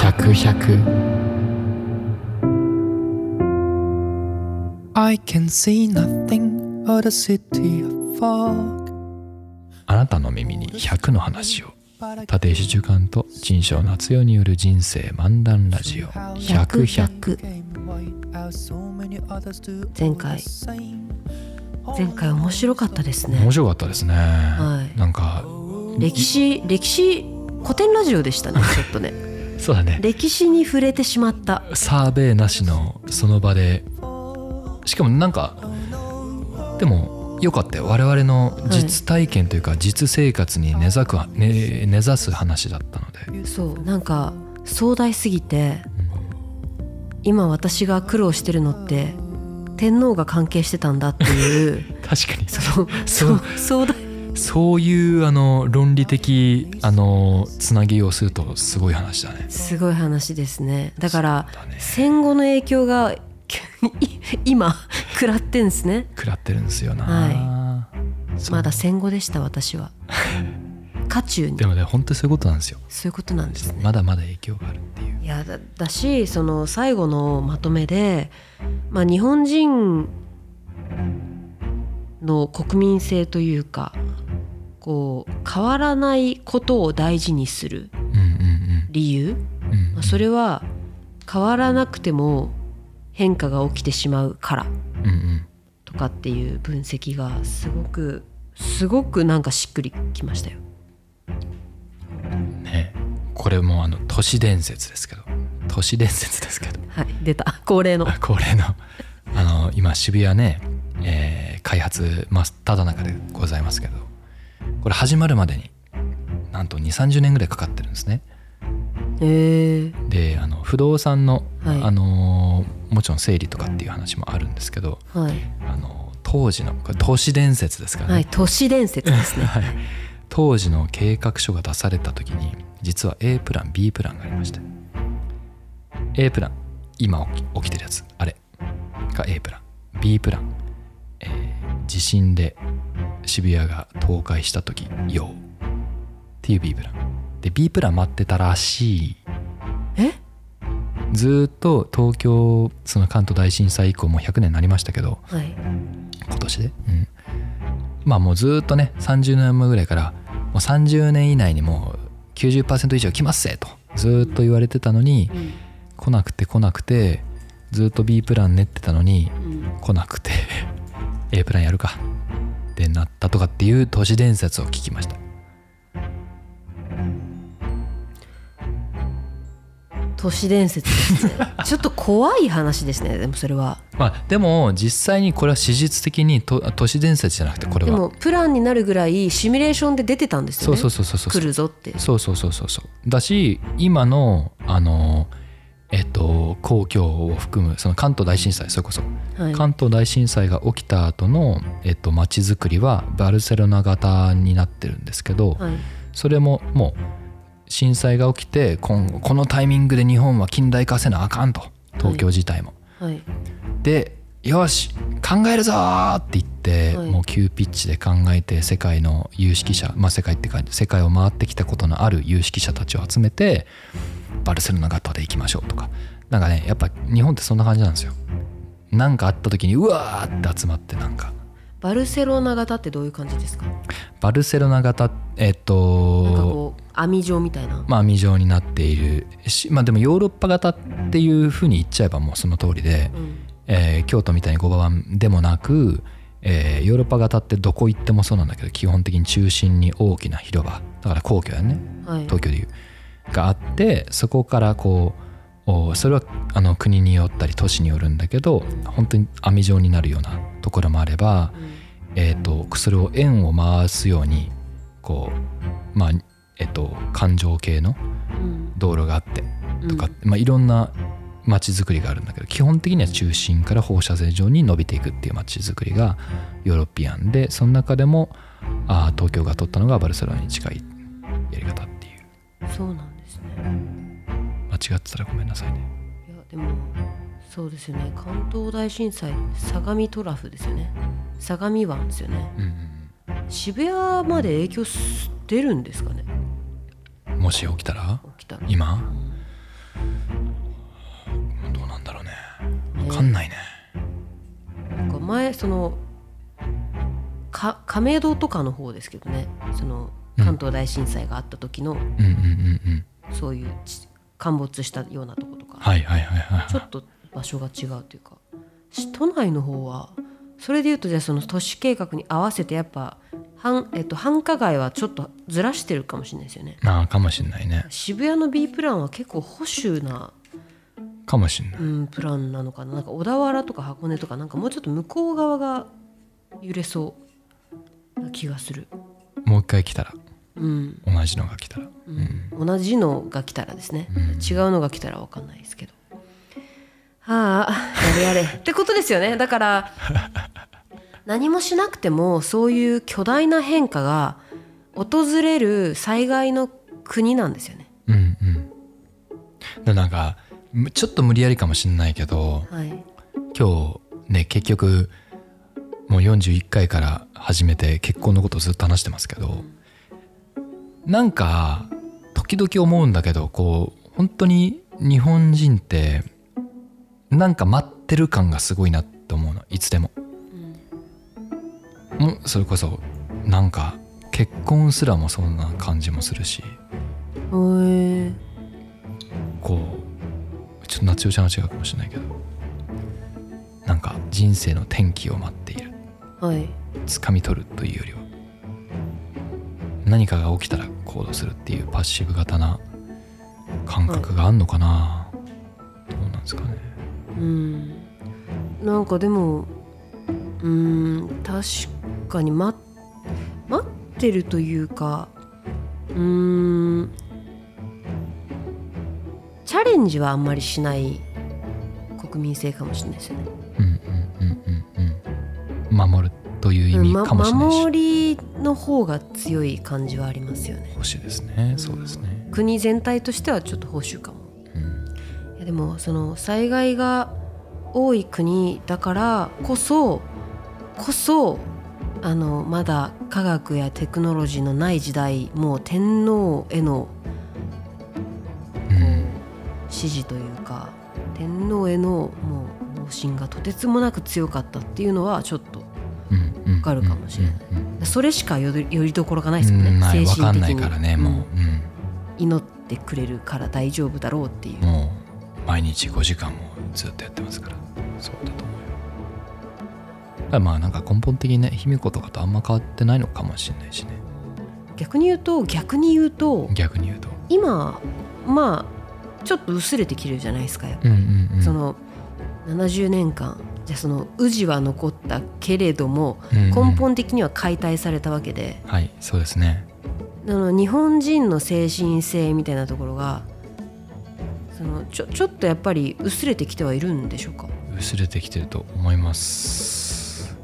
百百 I can see nothing but a city of fog. あなたの耳に100の話を立石寿貫と陳章夏代による人生漫談ラジオ100 100 100前前回前回面白かったですね面白かったですね、はいなんか歴史歴史古典ラジオでし たねちょっとねそうだね歴史に触れてしまったサーベイなしのその場でしかもなんかでもよかったよ我々の実体験というか実生活に根ざく、ね根ざす話だったので、そうなんか壮大すぎて今私が苦労してるのって天皇が関係してたんだっていう確かにその そうそう壮大そういうあの論理的あのつなぎをするとすごい話だね。すごい話ですねだからそうだね戦後の影響が い今食らってんですね食らってるんですよな。そうまだ戦後でした私 は渦中にでもね本当にそういうことなんですよ。そういうことなんですねまだまだ影響があるっていう。いやだだしその最後のまとめで、まあ、日本人の国民性というかこう変わらないことを大事にするうんうん理由、うん。まうあん、それは変わらなくても変化が起きてしまうからうんうん。とかっていう分析がすごくすごくなんかしっくりきましたよ。ねこれもあの都市伝説ですけど都市伝説ですけどはい出た恒例の 恒例のあの今渋谷ね、えー開発真っただ中でございますけどこれ始まるまでになんと2 3 0年ぐらいかかってるんですね。へえであの不動産の、はいあのーもちろん整理とかっていう話もあるんですけどはい、あの当時のこれ都市伝説ですからね、はい、都市伝説 ですね。はい当時の計画書が出された時に実は A プラン B プランがありまして A プラン今起き起きてるやつあれが A プラン B プラン、えー地震で渋谷が倒壊した時ようっていう B プランで B プラン待ってたらしいえずーっと東京その関東大震災以降もう100年になりましたけどはい今年で、うん、まあもうずーっとね30年前ぐらいからもう30年以内にもう90%以上来ますぜとずーっと言われてたのに来なくて来なくてずーっと B プラン練ってたのに来なくて A プランやるかってなったとかっていう都市伝説を聞きました都市伝説です ねちょっと怖い話ですねでもそれはまあでも実際にこれは史実的にと都市伝説じゃなくてこれではもプランになるぐらいシミュレーションで出てたんですそようねそうそうそうそう来るぞってそうそうそうそうそうだし今のあのえっと皇居を含むその関東大震災それこそ、はい関東大震災が起きた後のえっと街づくりはバルセロナ型になってるんですけど、はいそれももう震災が起きて今後このタイミングで日本は近代化せなあかんと東京自体も。はいでよし考えるぞーって言って、はいもう急ピッチで考えて世界の有識者まあ世界ってか世界を回ってきたことのある有識者たちを集めてバルセロナ型で行きましょうとかなんかねやっぱ日本ってそんな感じなんですよ。なんかあった時にうわーって集まってなんかバルセロナ型ってどういう感じですかバルセロナ型えっなんかとこう網状みたいなまあ未状になっているしまあでもヨーロッパ型っていうふうに言っちゃえばもうその通りで。うんえー京都みたいに5番でもなく、えーヨーロッパ型ってどこ行ってもそうなんだけど基本的に中心に大きな広場だから皇居やねはい東京でいうがあってそこからこうおそれはあの国によったり都市によるんだけど本当に網状になるようなところもあれば、えー、とそれを円を回すようにこうまあえっ、と環状系のうん道路があってうんとか、まあ、いろんな街づくりがあるんだけど基本的には中心から放射線状に伸びていくっていう街づくりがヨーロピアンでその中でもあー東京が取ったのがバルセロナに近いやり方っていうそうなんですね間違ってたらごめんなさいねいやでもそうですよね関東大震災相模トラフですよね相模湾ですよねうん渋谷まで影響す出るんですかねうんもし起きたら起きたら今かんないねなんか前そのか亀戸とかの方ですけどねそのうん関東大震災があった時の、うんうんうんうんそういうち陥没したようなとことか、はいはいはいはいちょはっと場所が違うというかし都内の方はそれでいうとじゃあその都市計画に合わせてやっぱ繁,、えっと、繁華街はちょっとずらしてるかもしれないですよねいまあかもしんないね渋谷の B プランは結構保守な、かもしんないうん、プランなのかななんか小田原とか箱根とかなんかもうちょっと向こう側が揺れそうな気がする、もう一回来たらうん同じのが来たらうん同じのが来たらですね、違うのが来たら分かんないですけどはあやれやれ ってことですよねだから何もしなくてもそういう巨大な変化が訪れる災害の国なんですよねうんうんでなんかむちょっと無理やりかもしんないけどはい今日ね結局もう41回から始めて結婚のことずっと話してますけどなんか時々思うんだけどこう本当に日本人ってなんか待ってる感がすごいなって思うのいつでも。もうそれこそなんか結婚すらもそんな感じもするしうんへえこうちょっと夏代ちゃんは違うかもしれないけどなんか人生の転機を待っているはい掴み取るというよりは何かが起きたら行動するっていうパッシブ型な感覚があんのかな、どうなんですかねうんなんかでもうん確かに待待ってるというかうんチャレンジはあんまりしない国民性かもしれないですよね。うんうんうんうんうん守るという意味まかもしれないし、守りの方が強い感じはありますよね。欲しいですねそうですね、国全体としてはちょっと保守かも。うんいやでもその災害が多い国だからこそこそあのまだ科学やテクノロジーのない時代もう天皇へのうん支持というか天皇へのもう方針がとてつもなく強かったっていうのはちょっとわかるかもしれないそれしかよりよりどころがないですもんね、ない精わ神的かにんないからねもう、うんうん祈ってくれるから大丈夫だろうっていうもう毎日5時間もずっとやってますからそうだと思うよだからまあなんか根本的にね卑弥呼とかとあんま変わってないのかもしれないしね逆に言うと逆に言うと逆に言うと今まあちょっと薄れてきてるじゃないですかやっぱうんうんうんその70年間じゃあその氏は残ったけれどもうんうん根本的には解体されたわけで、はいそうですねあの日本人の精神性みたいなところがそのちょちょっとやっぱり薄れてきてはいるんでしょうか薄れてきてると思います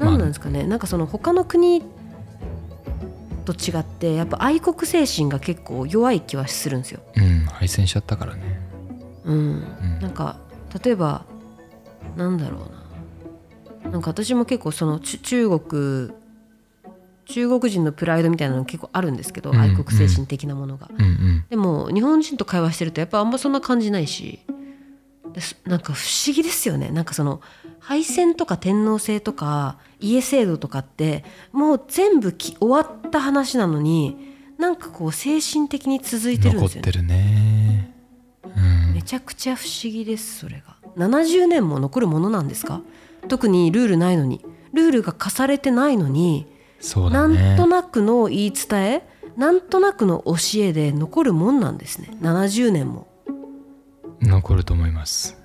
何なんですかね、なんかその他の国と違ってやっぱ愛国精神が結構弱い気はするんですよ。うん敗戦しちゃったからねうんうんなんか例えばなんだろうななんか私も結構そのち中国中国人のプライドみたいなの結構あるんですけうど、ん愛国精神的なものが、うんうんでも日本人と会話してるとやっぱあんまそんな感じないしですなんか不思議ですよねなんかその敗戦とか天皇制とか家制度とかってもう全部き終わった話なのになんかこう精神的に続いてるん残でっすよねてるねうんめちゃくちゃ不思議ですそれが70年も残るものなんですか特にルールないのにルールが課されてないのに、そうだなねんとなくの言い伝えなんとなくの教えで残るもんなんですね70年も残ると思います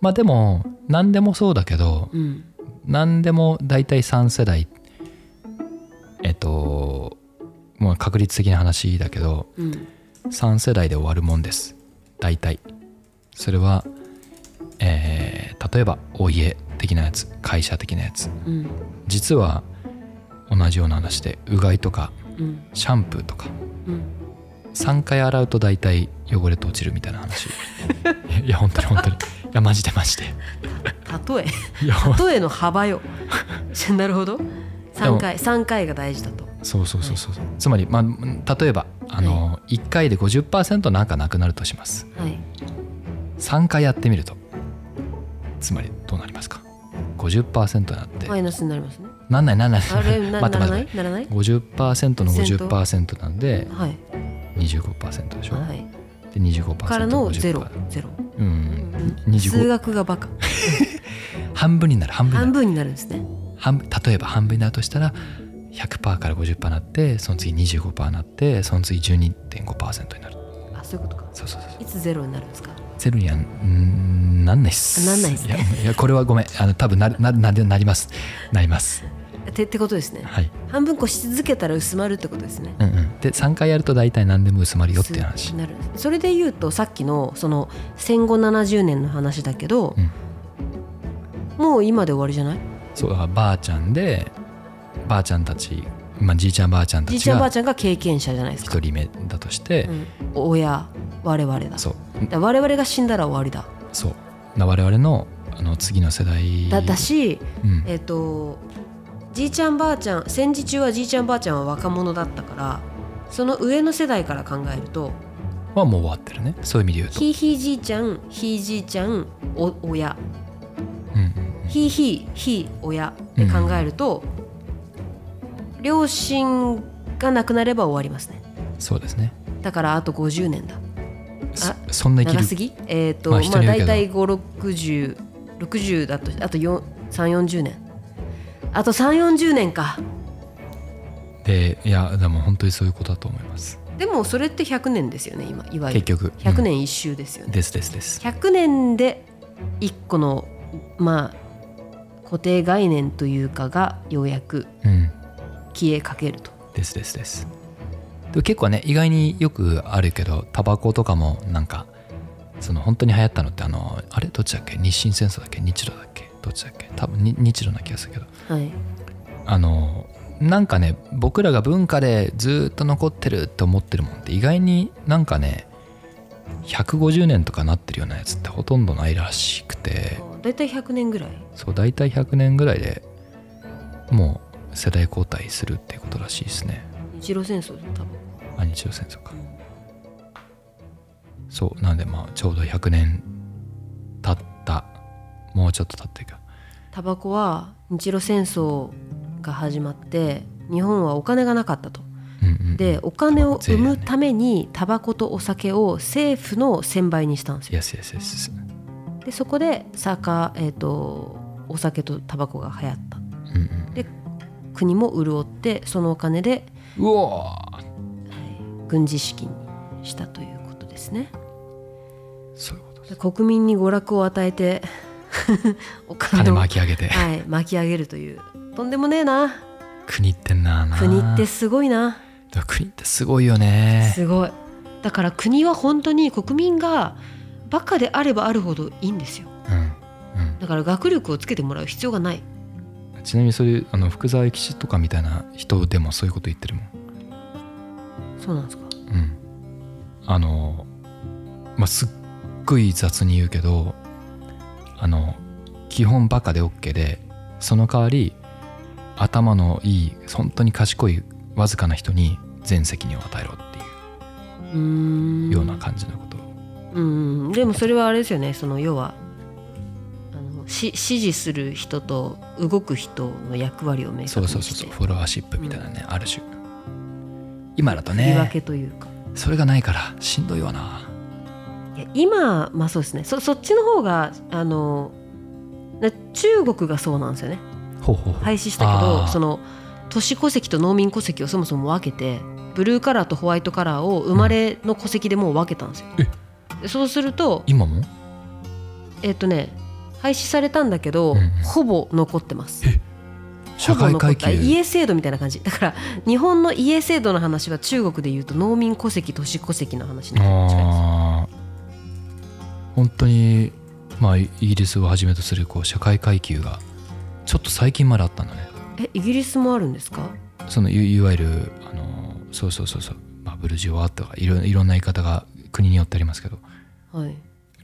まあでも何でもそうだけどうん何でも大体3世代えっとまあ確率的な話だけどうん3世代で終わるもんです大体それは、えー例えばお家的なやつ会社的なやつうん実は同じような話でうがいとかうんシャンプーとかうん3回洗うと大体汚れと落ちるみたいな話 いや本当に本当にいやマジでマジで例えいや例えの幅よ なるほど3回3回が大事だとそうそうそうそう、つまり、まあ、例えばあの、1回で50%なんかなくなるとしますはい3回やってみるとつまりどうなりますか50%になって、マイナスになりますね。なんないなんないあれ な待なって待らなっていならない50%の50% 50%なんではい。 25%でしょ、はい。で25%からのゼロ50%。ゼロ。うん数25学がバカ。半分になる半分になる半分になるんですね。半分例えば半分になるとしたら100%から50%になってその次25%になってその次12.5%になるあ、そういうことか。そうそうそうそういつゼロになるんですか。ゼロにはうーんなんないっすなんないっすねやいやこれはごめんあの多分なるなるなるなりますなりますてってことですね。はい、半分こし続けたら薄まるってことですね。うんうん、で3回やると大体何でも薄まるよっていう話なるそれで言うとさっきのその戦後70年の話だけど、うんもう今で終わりじゃないそうだからばあちゃんでばあちゃんたち、まあ、じいちゃんばあちゃんたじいちちゃんばあがちゃんが経験者じゃないですか1、人目だとして、うん、親我々だそうだ我々が死んだら終わりだそうな我々のあの次の世代だだしうんえっ、とじいちゃんばあちゃん戦時中はじいちゃんばあちゃんは若者だったからその上の世代から考えるとはもう終わってるねそういう意味で言うと、ひいひいじいちゃんひいじいちゃんお親うんうんうんひいひいひい親って考えると、両親が亡くなれば終わりますねそうですねだからあと50年だそあそんな生長きするぎえっ、とまあまあ、人によるけ大ど体56060だとあと3 4 0年あと3 4 0年かでいやでも本当にそういうことだと思いますでもそれって100年ですよね今いわゆ結局る100年一周ですようんね、ですですです100年で1個のまあ固定概念というかがようやくうん消えかけるとですですですでも結構ね意外によくあるけどタバコとかもなんかその本当に流行ったのってあのあれどっちだっけ日清戦争だっけ日露だっけどっちだっけ多分に日露な気がするけどはいあのなんかね僕らが文化でずっと残ってるって思ってるもんって意外になんかね150年とかなってるようなやつってほとんどないらしくて大体100年ぐらいそう大体100年ぐらいでもう世代交代するっていうことらしいですね日露戦争多分あ日露戦争かそうなんでまあちょうど100年経ったもうちょっと経ってるかタバコは日露戦争が始まって日本はお金がなかったとうんうんうんでお金を税生やねむためにタバコとお酒を政府の1000倍にしたんですよ Yes, yes, yes, yes. でそこで酒、えー、とお酒とタバコが流行ったうんうん国も潤ってそのお金でうおー軍事資金にしたということですねそういうことですで国民に娯楽を与えて お金金を巻き上げてはい、巻き上げるというとんでもねえな国ってんなあなあ国ってすごいなでも国ってすごいよねすごいだから国は本当に国民がバカであればあるほどいいんですようんだから学力をつけてもらう必要がないうんちなみにそういうあの福沢諭吉とかみたいな人でもそういうこと言ってるもんそうなんですかうん、あのまあすっごい雑に言うけどあの基本バカで OK でその代わり頭のいい本当に賢いわずかな人に全責任を与えろっていうーんうような感じのことを、うんでもそれはあれですよねその要はあのし指示する人と動く人の役割を明そ確うそうにそうしそてうフォロワーシップみたいなね、ある種今だと振り分けねというかそれがないからしんどいわないや今まあそうですねそそっちの方があのな中国がそうなんですよねほうほうほう、廃止したけあーどその都市戸籍と農民戸籍をそもそも分けてブルーカラーとホワイトカラーを生まれの戸籍でもう分けたんですよ。でそうすると今もえっ、とね廃止されたんだけど、うんうんほぼ残ってます。社会階級ほぼ残った家制度みたいな感じだから日本の家制度の話は中国でいうと農民戸籍都市戸籍の話になっちゃいますああ本当にまあイギリスをはじめとするこう社会階級がちょっと最近まであったんだねえイギリスもあるんですかそのいいわゆるあのそうそうそうそう、まあ、ブルジョワとかいろいろんな言い方が国によってありますけどはい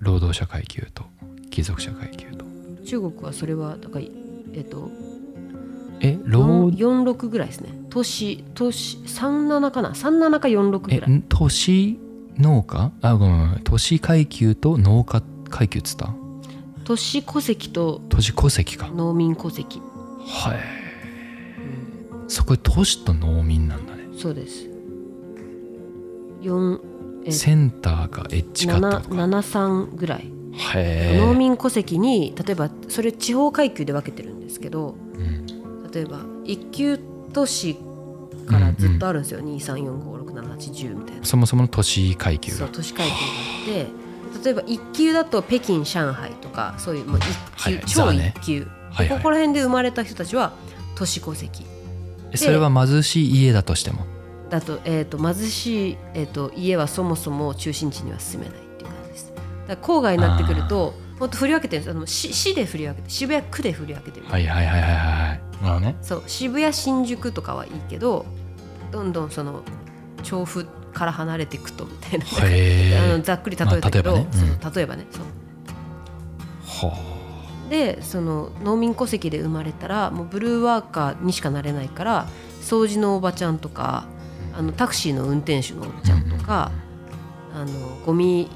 労働者階級と貴族者階級と中国はそれはだからえっ、とえ労46ぐらいですね都市都市37かな37か46ぐえらいん都市農家あごめんごめん都市階級と農家階級っつった都市戸籍と都市戸籍か農民戸籍、はいそこで都市と農民なんだねそうです4えっとセンターかエッジかってことか73ぐらい、へえ農民戸籍に例えばそれ地方階級で分けてるんですけどうん例えば1級都市からずっとあるんですよ、234567810みたいなそもそもの都市階級そうが都市階級があって例えば1級だと北京上海とかそういうもう1はい級、はい超ザね1級、はいはいここら辺で生まれた人たちは都市戸籍えそれは貧しい家だとしてもだと,、えー、と貧しい、えー、と家はそもそも中心地には住めないっていう感じですだから郊外になってくるともっと振り分けてるんですあの市市で振り分けて渋谷区で振り分けてる、はいはいはいはいはいなるほどねそう渋谷新宿とかはいいけどどんどんその調布から離れていくとみたいな、へあのえざっくり例えたけど、まあ例えばねうんそう例えばねそうはでその農民戸籍で生まれたらもうブルーワーカーにしかなれないから掃除のおばちゃんとかあのタクシーの運転手のおっちゃんとか、あのゴミ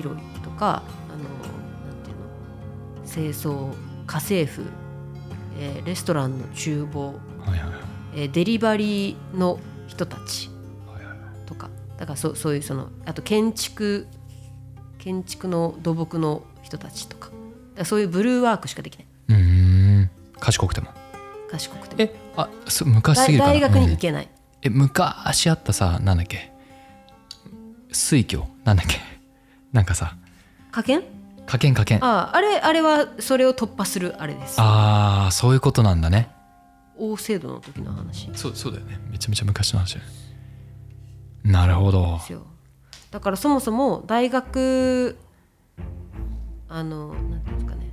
拾いとかあのなんていうの清掃家政婦、えーレストランの厨房、あはいはいはいえーデリバリーの人たちはいはいとかだからそうそういうそのあと建築建築の土木の人たちとかだからそういうブルーワークしかできないうーん賢くても賢くてもえあそ昔すぎ大るかな大学に行うんけない、え昔あったさなんだっけ水教なんだっけ なんかさ科研科研科研あああれあれはそれを突破するあれですああそういうことなんだね王制度の時の話でそうそうだよねめちゃめちゃ昔の話だよねなるほどすよだからそもそも大学あのなんていうんですかね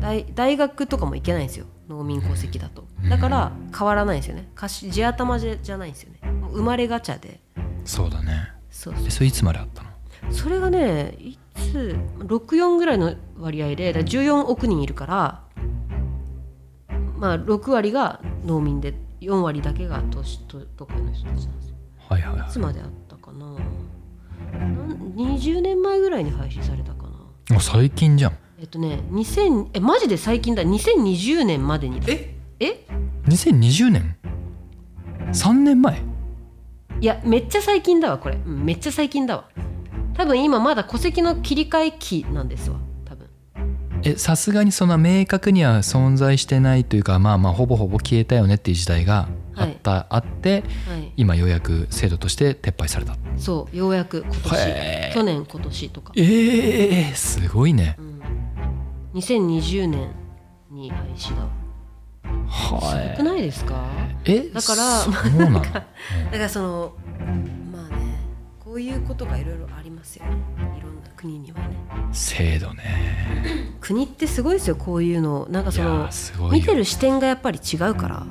大大学とかも行けないんですよ農民戸籍だとだから変わらないんですよねかし地頭じゃじゃないんですよねもう生まれガチャでそうだねそうえそれいつまであったのそれがねいつ64ぐらいの割合でだから14億人いるから、まあ、6割が農民で4割だけが都市と都会の人たちなんですよはいはいはいいつまであったかななん20年前ぐらいに廃止されたかなもう最近じゃんえっとね2000えマジで最近だ2020年までにだええ2020年3年前いやめっちゃ最近だわこれ、うんめっちゃ最近だわ多分今まだ戸籍の切り替え期なんですわ多分えさすがにそんな明確には存在してないというかまあまあほぼほぼ消えたよねっていう時代があった、あってはい今ようやく制度として撤廃されたそうようやく今へ年ー去年今年とか、ええすごいねうん、2020年に廃止だわすごくはないですかいえだからそうなのだからそのまあねこういうことがいろいろありますよねいろんな国にはね制度ね国ってすごいですよこういうのなんかいそやのーすごいよ見てる視点がやっぱり違うから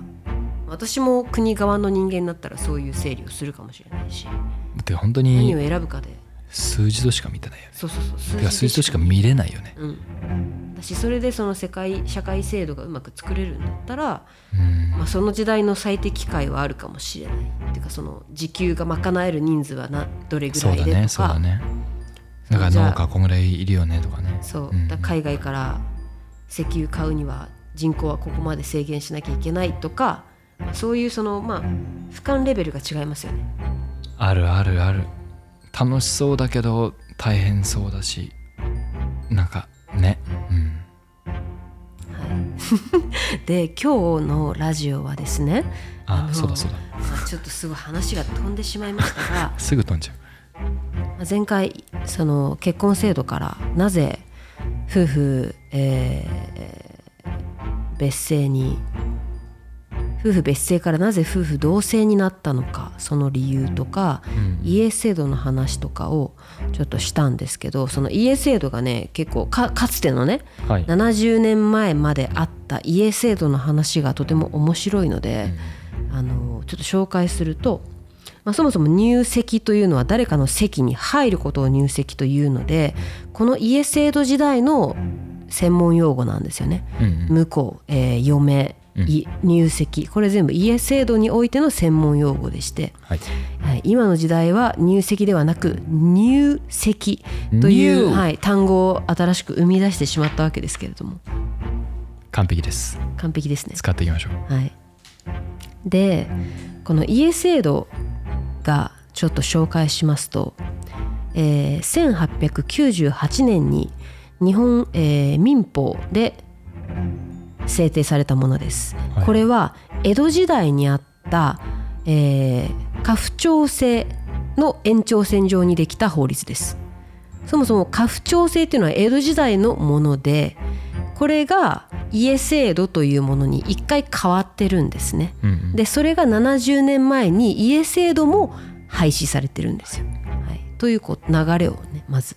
私も国側の人間になったらそういう整理をするかもしれないしって本当何をに選ぶかで数字としか見てないよねそうそうそう数てか数字としか見れないよねうん、だしそれでその世界社会制度がうまく作れるんだったら、うんまあ、その時代の最適解はあるかもしれないっていうかその時給が賄える人数はなどれぐそらういだでとかねそうだねだからじゃあ農家こんぐらいいるよねとかねそううんだから海外から石油買うには人口はここまで制限しなきゃいけないとか、まあ、そういうそのまあ俯瞰レベルが違いますよねあるあるある楽しそうだけど大変そうだしなんかねうんで今日のラジオはですねああのそうだそうだまあちょっとすごい話が飛んでしまいましたが すぐ飛んじゃうまあ前回その結婚制度からなぜ夫婦、えー別姓に夫婦別姓からなぜ夫婦同姓になったのかその理由とか、家制度の話とかをちょっとしたんですけどその家制度がね結構かかつてのねはい70年前まであった家制度の話がとても面白いので、あのちょっと紹介すると、まあ、そもそも入籍というのは誰かの籍に入ることを入籍というのでこの家制度時代の専門用語なんですよね。うんうん婿、えー嫁うんい入籍これ全部家制度においての専門用語でして、はい、はい、今の時代は入籍ではなく入籍という、 New はい、単語を新しく生み出してしまったわけですけれども完璧です完璧ですね。使っていきましょうはい、でこの家制度がちょっと紹介しますと、えー1898年に日本、えー民法で制定されたものです。はいこれは江戸時代にあった、えー家父長制の延長線上にできた法律です。そもそも家父長制っていうのは江戸時代のものでこれが家制度というものに一回変わってるんですね。うんうんでそれが70年前に家制度も廃止されてるんですよ。はい、というこう流れをねまず。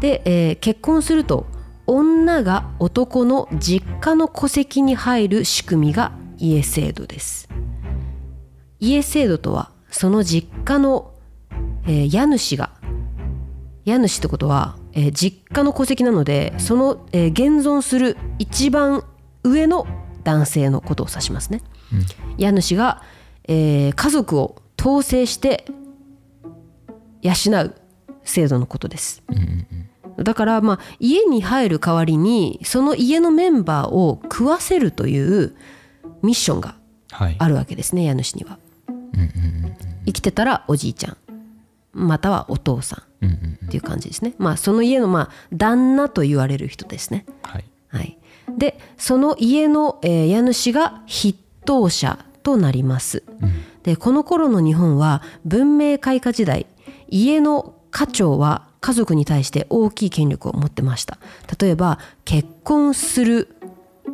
で、えー結婚すると女が男の実家の戸籍に入る仕組みが家制度です。家制度とはその実家の、えー家主が家主ってことは、えー実家の戸籍なのでその、えー現存する一番上の男性のことを指しますね。家主が、えー家族を統制して養う制度のことです。だからまあ家に入る代わりにその家のメンバーを食わせるというミッションがはいあるわけですね家主には。生きてたらおじいちゃんまたはお父さうんうんうんんっていう感じですね。まあその家のまあ旦那と言われる人ですね。はいはい、でその家の、えー家主が筆頭者となります、でこの頃の日本は文明開化時代家の家長は家族に対して大きい権力を持ってました例えば結婚する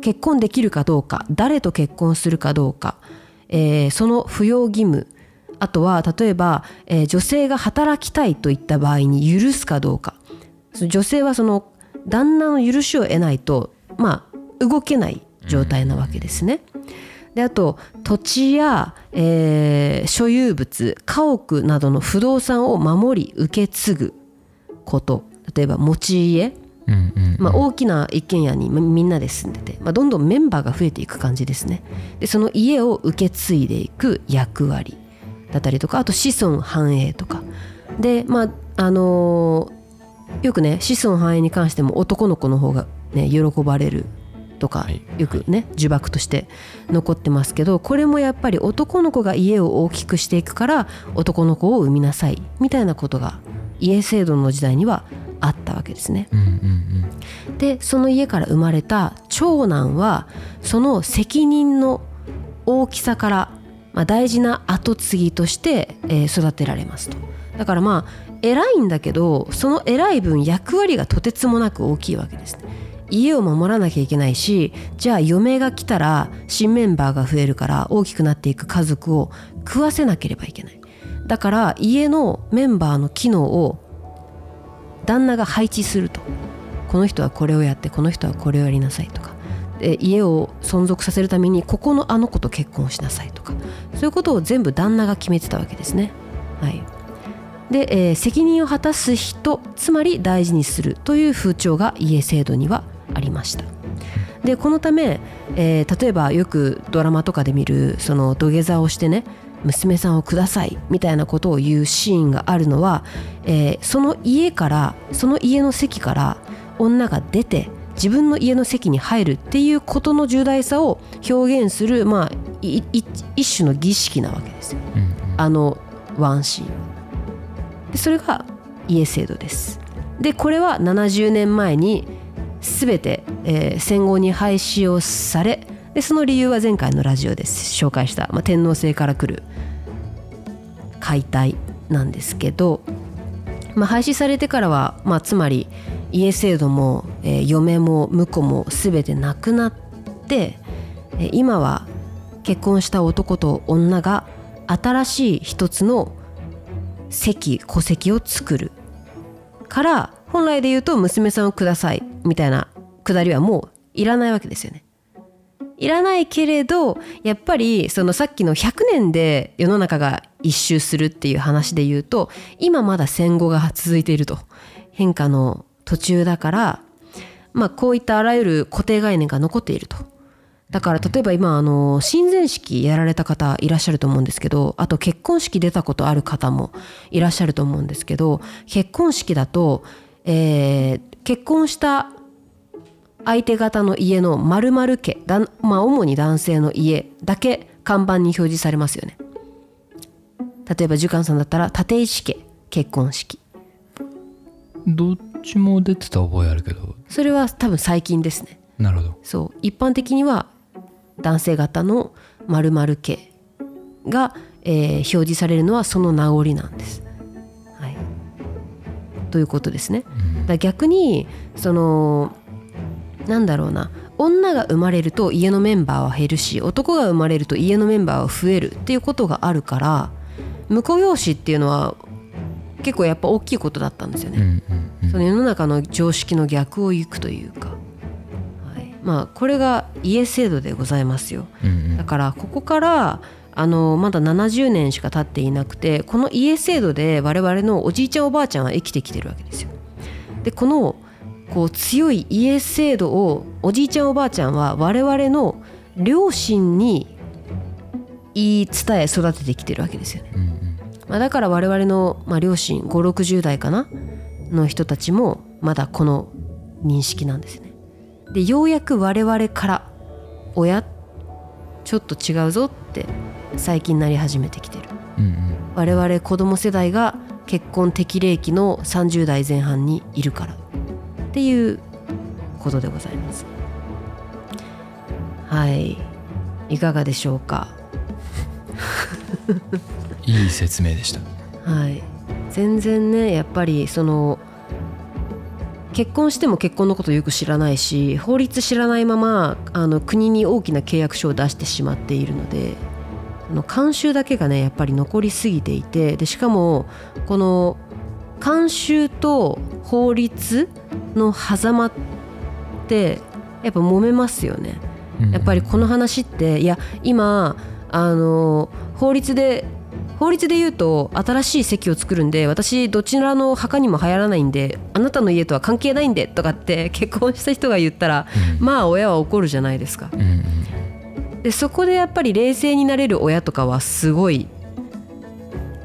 結婚できるかどうか誰と結婚するかどうか、えーその扶養義務あとは例えば、えー女性が働きたいといった場合に許すかどうかその女性はその旦那の許しを得ないと、まあ、動けない状態なわけですね。であと土地や、えー所有物家屋などの不動産を守り受け継ぐこと例えば持ち家、うんうんまあ、大きな一軒家にみみんなで住んでて、まあ、どんどんメンバーが増えていく感じですねでその家を受け継いでいく役割だったりとかあと子孫繁栄とかでまああのーよくね子孫繁栄に関しても男の子の方がね喜ばれるとか、はいよくね呪縛として残ってますけどこれもやっぱり男の子が家を大きくしていくから男の子を産みなさいみたいなことが家制度の時代にはあったわけですね。うんうんでその家から生まれた長男はその責任の大きさから、まあ、大事な跡継ぎとして、えー育てられますとだからまあ偉いんだけどその偉い分役割がとてつもなく大きいわけですね家を守らなきゃいけないしじゃあ嫁が来たら新メンバーが増えるから大きくなっていく家族を食わせなければいけないだから家のメンバーの機能を旦那が配置するとこの人はこれをやってこの人はこれをやりなさいとかで家を存続させるためにここのあの子と結婚しなさいとかそういうことを全部旦那が決めてたわけですね。はい、で、えー責任を果たす人つまり大事にするという風潮が家制度にはありました。でこのため、えー例えばよくドラマとかで見るその土下座をしてね娘さんをくださいみたいなことを言うシーンがあるのは、えーその家からその家の席から女が出て自分の家の席に入るっていうことの重大さを表現する、まあ、いい一種の儀式なわけですようんうんあのワンシーンでそれが家制度ですでこれは70年前に全て、えー戦後に廃止をされでその理由は前回のラジオで紹介した、まあ、天皇制から来る解体なんですけど、まあ、廃止されてからは、まあ、つまり家制度も、えー嫁も婿も全てなくなって、えー今は結婚した男と女が新しい一つの籍戸籍を作るから本来で言うと娘さんをくださいみたいなくだりはもういらないわけですよね。いらないけれどやっぱりそのさっきの100年で世の中が一周するっていう話で言うと今まだ戦後が続いていると変化の途中だから、まあ、こういったあらゆる固定概念が残っているとだから例えば今あの親善式やられた方いらっしゃると思うんですけどあと結婚式出たことある方もいらっしゃると思うんですけど結婚式だと、えー結婚した相手方の家の〇〇家だん、まあ、主に男性の家だけ看板に表示されますよね例えば寿貫さんだったら立石家結婚式どっちも出てた覚えあるけどそれは多分最近ですねなるほどそう一般的には男性型の〇〇系が、えー表示されるのはその名残なんです。はい、ということですね。だから逆にそのなんだろうな女が生まれると家のメンバーは減るし男が生まれると家のメンバーは増えるっていうことがあるから婿養子っていうのは結構やっぱ大きいことだったんですよね。うんうんうんその世の中の常識の逆を行くというか、はい、まあこれが家制度でございますようんうんだからここからあのまだ70年しか経っていなくてこの家制度で我々のおじいちゃんおばあちゃんは生きてきてるわけですよ。でこのこう強い家制度をおじいちゃんおばあちゃんは我々の両親に言い伝え育ててきてるわけですよね。うんうんまあ、だから我々の、まあ、両親560代かなの人たちもまだこの認識なんですね。でようやく我々から「親ちょっと違うぞ」って最近なり始めてきてる。うんうん我々子供世代が結婚適齢期の30代前半にいるからっていうことでございますはいいかがでしょうかいい説明でしたはい、全然ねやっぱりその結婚しても結婚のことよく知らないし法律知らないままあの国に大きな契約書を出してしまっているのであの慣習だけがねやっぱり残りすぎていてでしかもこの慣習と法律の狭間ってやっぱ揉めますよね。やっぱりこの話っていや今あの法律で法律で言うと新しい席を作るんで私どちらの墓にも流行らないんであなたの家とは関係ないんでとかって結婚した人が言ったらまあ親は怒るじゃないですか。うんうんでそこでやっぱり冷静になれる親とかはすごい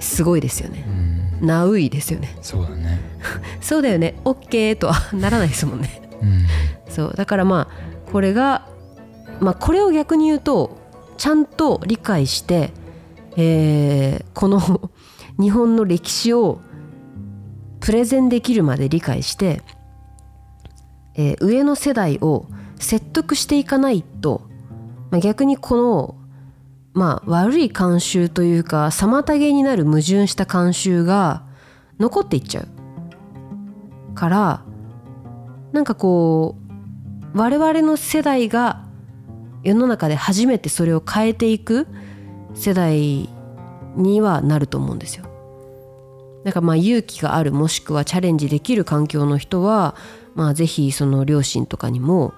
すごいですよね。うんナウイですよね。そうだねそうだよね。オッケーとはならないですもんね。うんそうだからまあこれが、まあ、これを逆に言うとちゃんと理解して、えーこの 日本の歴史をプレゼンできるまで理解して、えー上の世代を説得していかないと、まあ、逆にこの、まあ、悪い慣習というか妨げになる矛盾した慣習が残っていっちゃうからなんかこう我々の世代が世の中で初めてそれを変えていく世代にはなると思うんですよ。だからまあ勇気があるもしくはチャレンジできる環境の人はまあぜひその両親とかにも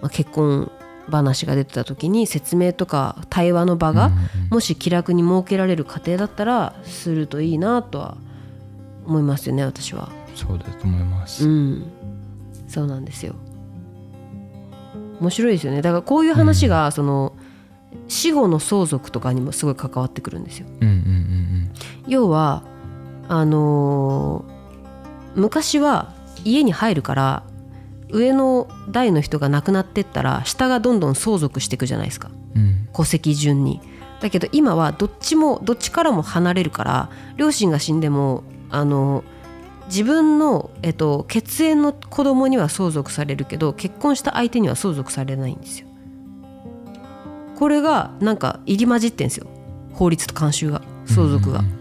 まあ結婚話が出てた時に説明とか対話の場がもし気楽に設けられる家庭だったらするといいなとは思いますよね私は。そうだと思います、うん、そうなんですよ面白いですよねだからこういう話が、その死後の相続とかにもすごい関わってくるんですようん、うんうん要はあのー昔は家に入るから上の代の人が亡くなってったら下がどんどん相続していくじゃないですかうんうん戸籍順にだけど今はどっちもどっちからも離れるから両親が死んでもあの自分の、えっと、血縁の子供には相続されるけど結婚した相手には相続されないんですよこれがなんか入り混じってんですよ法律と慣習が相続がうんうん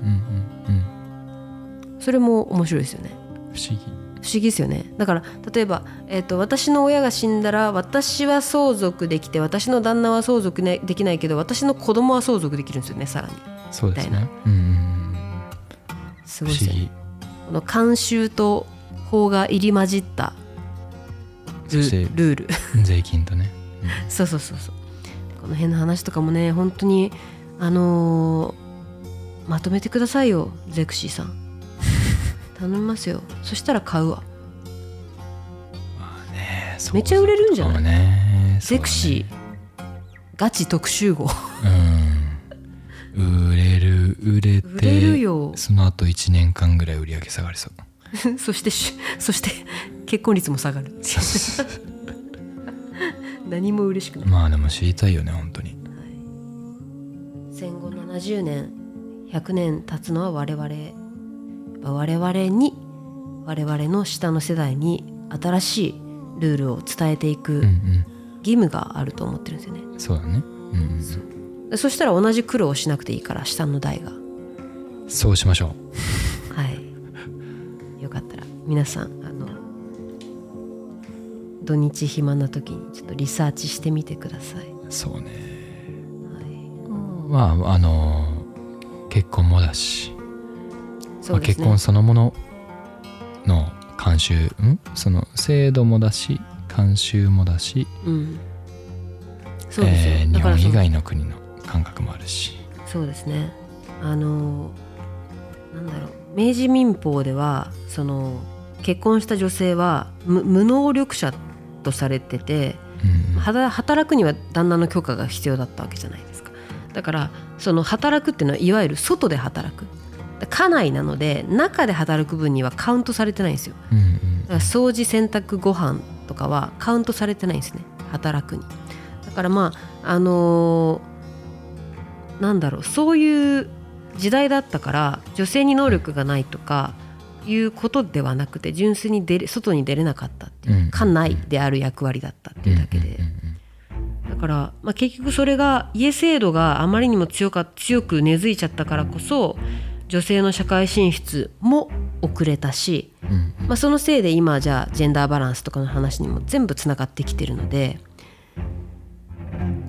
うんそれも面白いですよねうん不思議不思議ですよねだから例えば、えっと私の親が死んだら私は相続できて私の旦那は相続、ね、できないけど私の子供は相続できるんですよねさらにそうですみたいねうんうんすうんご不い思ですよね議この慣習と法が入り混じったそルしてルール 税金とねそうそうそうそうこの辺の話とかもね本当にあのーまとめてくださいよゼクシーさ ん頼みますよそしたら買うわめっちゃ売れるんじゃないいゼクシーガチ特集号 うん売れる売れて売れるよその後1年間ぐらい売り上げ下がりそうそしてしそして結婚率も下 がる 何も嬉しくないまあでも知りたいよね本当に戦後70年100年経つのは我々やっぱ我々に我々の下の世代に新しいルールを伝えていくうんうん義務があると思ってるんですよね、そうだねうんでそしたら同じ苦労をしなくていいから下の代がうんそうしましょはいよかったら皆さんあの土日暇な時にちょっとリサーチしてみてください、うそうねはい、まああの結婚もだし、そまあ、うで結すね、婚そのものの慣習んその制度もだし慣習もだし、うんそうですよ、えー日だから本以その外の国の感覚もあるしそうですねあのなんだろう明治民法ではその結婚した女性は無無能力者とされててうんうん働働くには旦那の許可が必要だったわけじゃないですかだからその働くっていうのはいわゆる外で働くだ家内なので中で働く分にはカウントされてないんですようんだから掃除洗濯ご飯とかはカウントされてないんですね働くにだからまああのーなんだろうそういう時代だったから女性に能力がないとかいうことではなくて純粋に出れ外に出れなかったっていううんうん家内である役割だったっていうだけうでんうんだから、まあ、結局それが家制度があまりにも強か強く根付いちゃったからこそ女性の社会進出も遅れたしうんうんまあ、そのせいで今じゃあジェンダーバランスとかの話にも全部つながってきてるので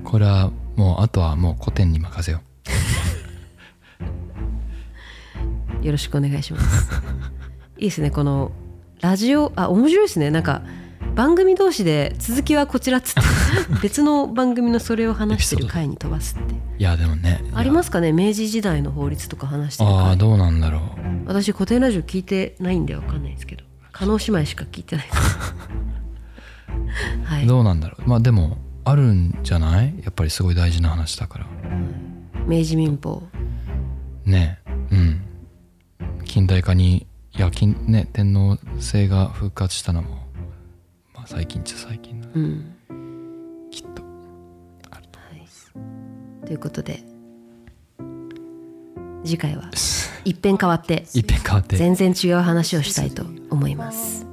これはもうあとはもう古典に任せよよろしくお願いします いいですねこのラジオあ面白いですねなんか番組同士で続きはこちら っつって別の番組のそれを話してる回に飛ばすってういやでもねありますすかね明治時代の法律とか話してるああー回どうなんだろう私古典ラジオ聞いてないんでわかんないですけど加納姉妹しか聞い てないですはいどうなんだろうまあでもあるんじゃないやっぱりすごい大事な話だから明治民法ねえうん近代化にいや近ね天皇制が復活したのも、まあ、最近っちゃ最近だうんきっとということで次回 は一変変わって一変変わって全然違う話をしたいと思います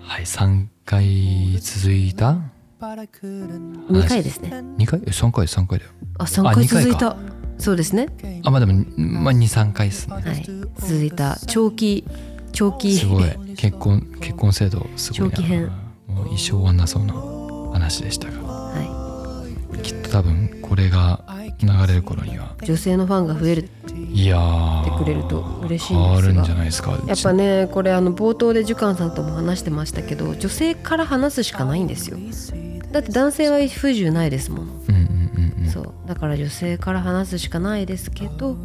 はい3回続いた but I couldn't 2回ですね2回え3回3回だよあ3回二回続かいたそうですねあまあでも、まあ、23回っすねはい続いた長期長期すごい結婚結婚制度すごいな長期編もう一生終わんなそうな話でしたがは、きっと多分これが流れる頃にはい女性のファンが増えるいやーてくれると嬉しいんですが変わるんじゃないですかやっぱねこれあの冒頭でジュカンさんとも話してましたけど女性から話すしかないんですよだって男性は不自由ないですもうんんうんうんうんそうだから女性から話すしかないですけど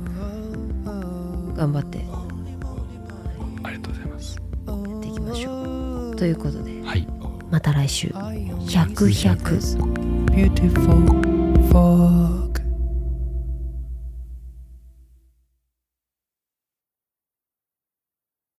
頑張ってやありがとうございますっていきましょうということではいまた来週100 100 beautiful for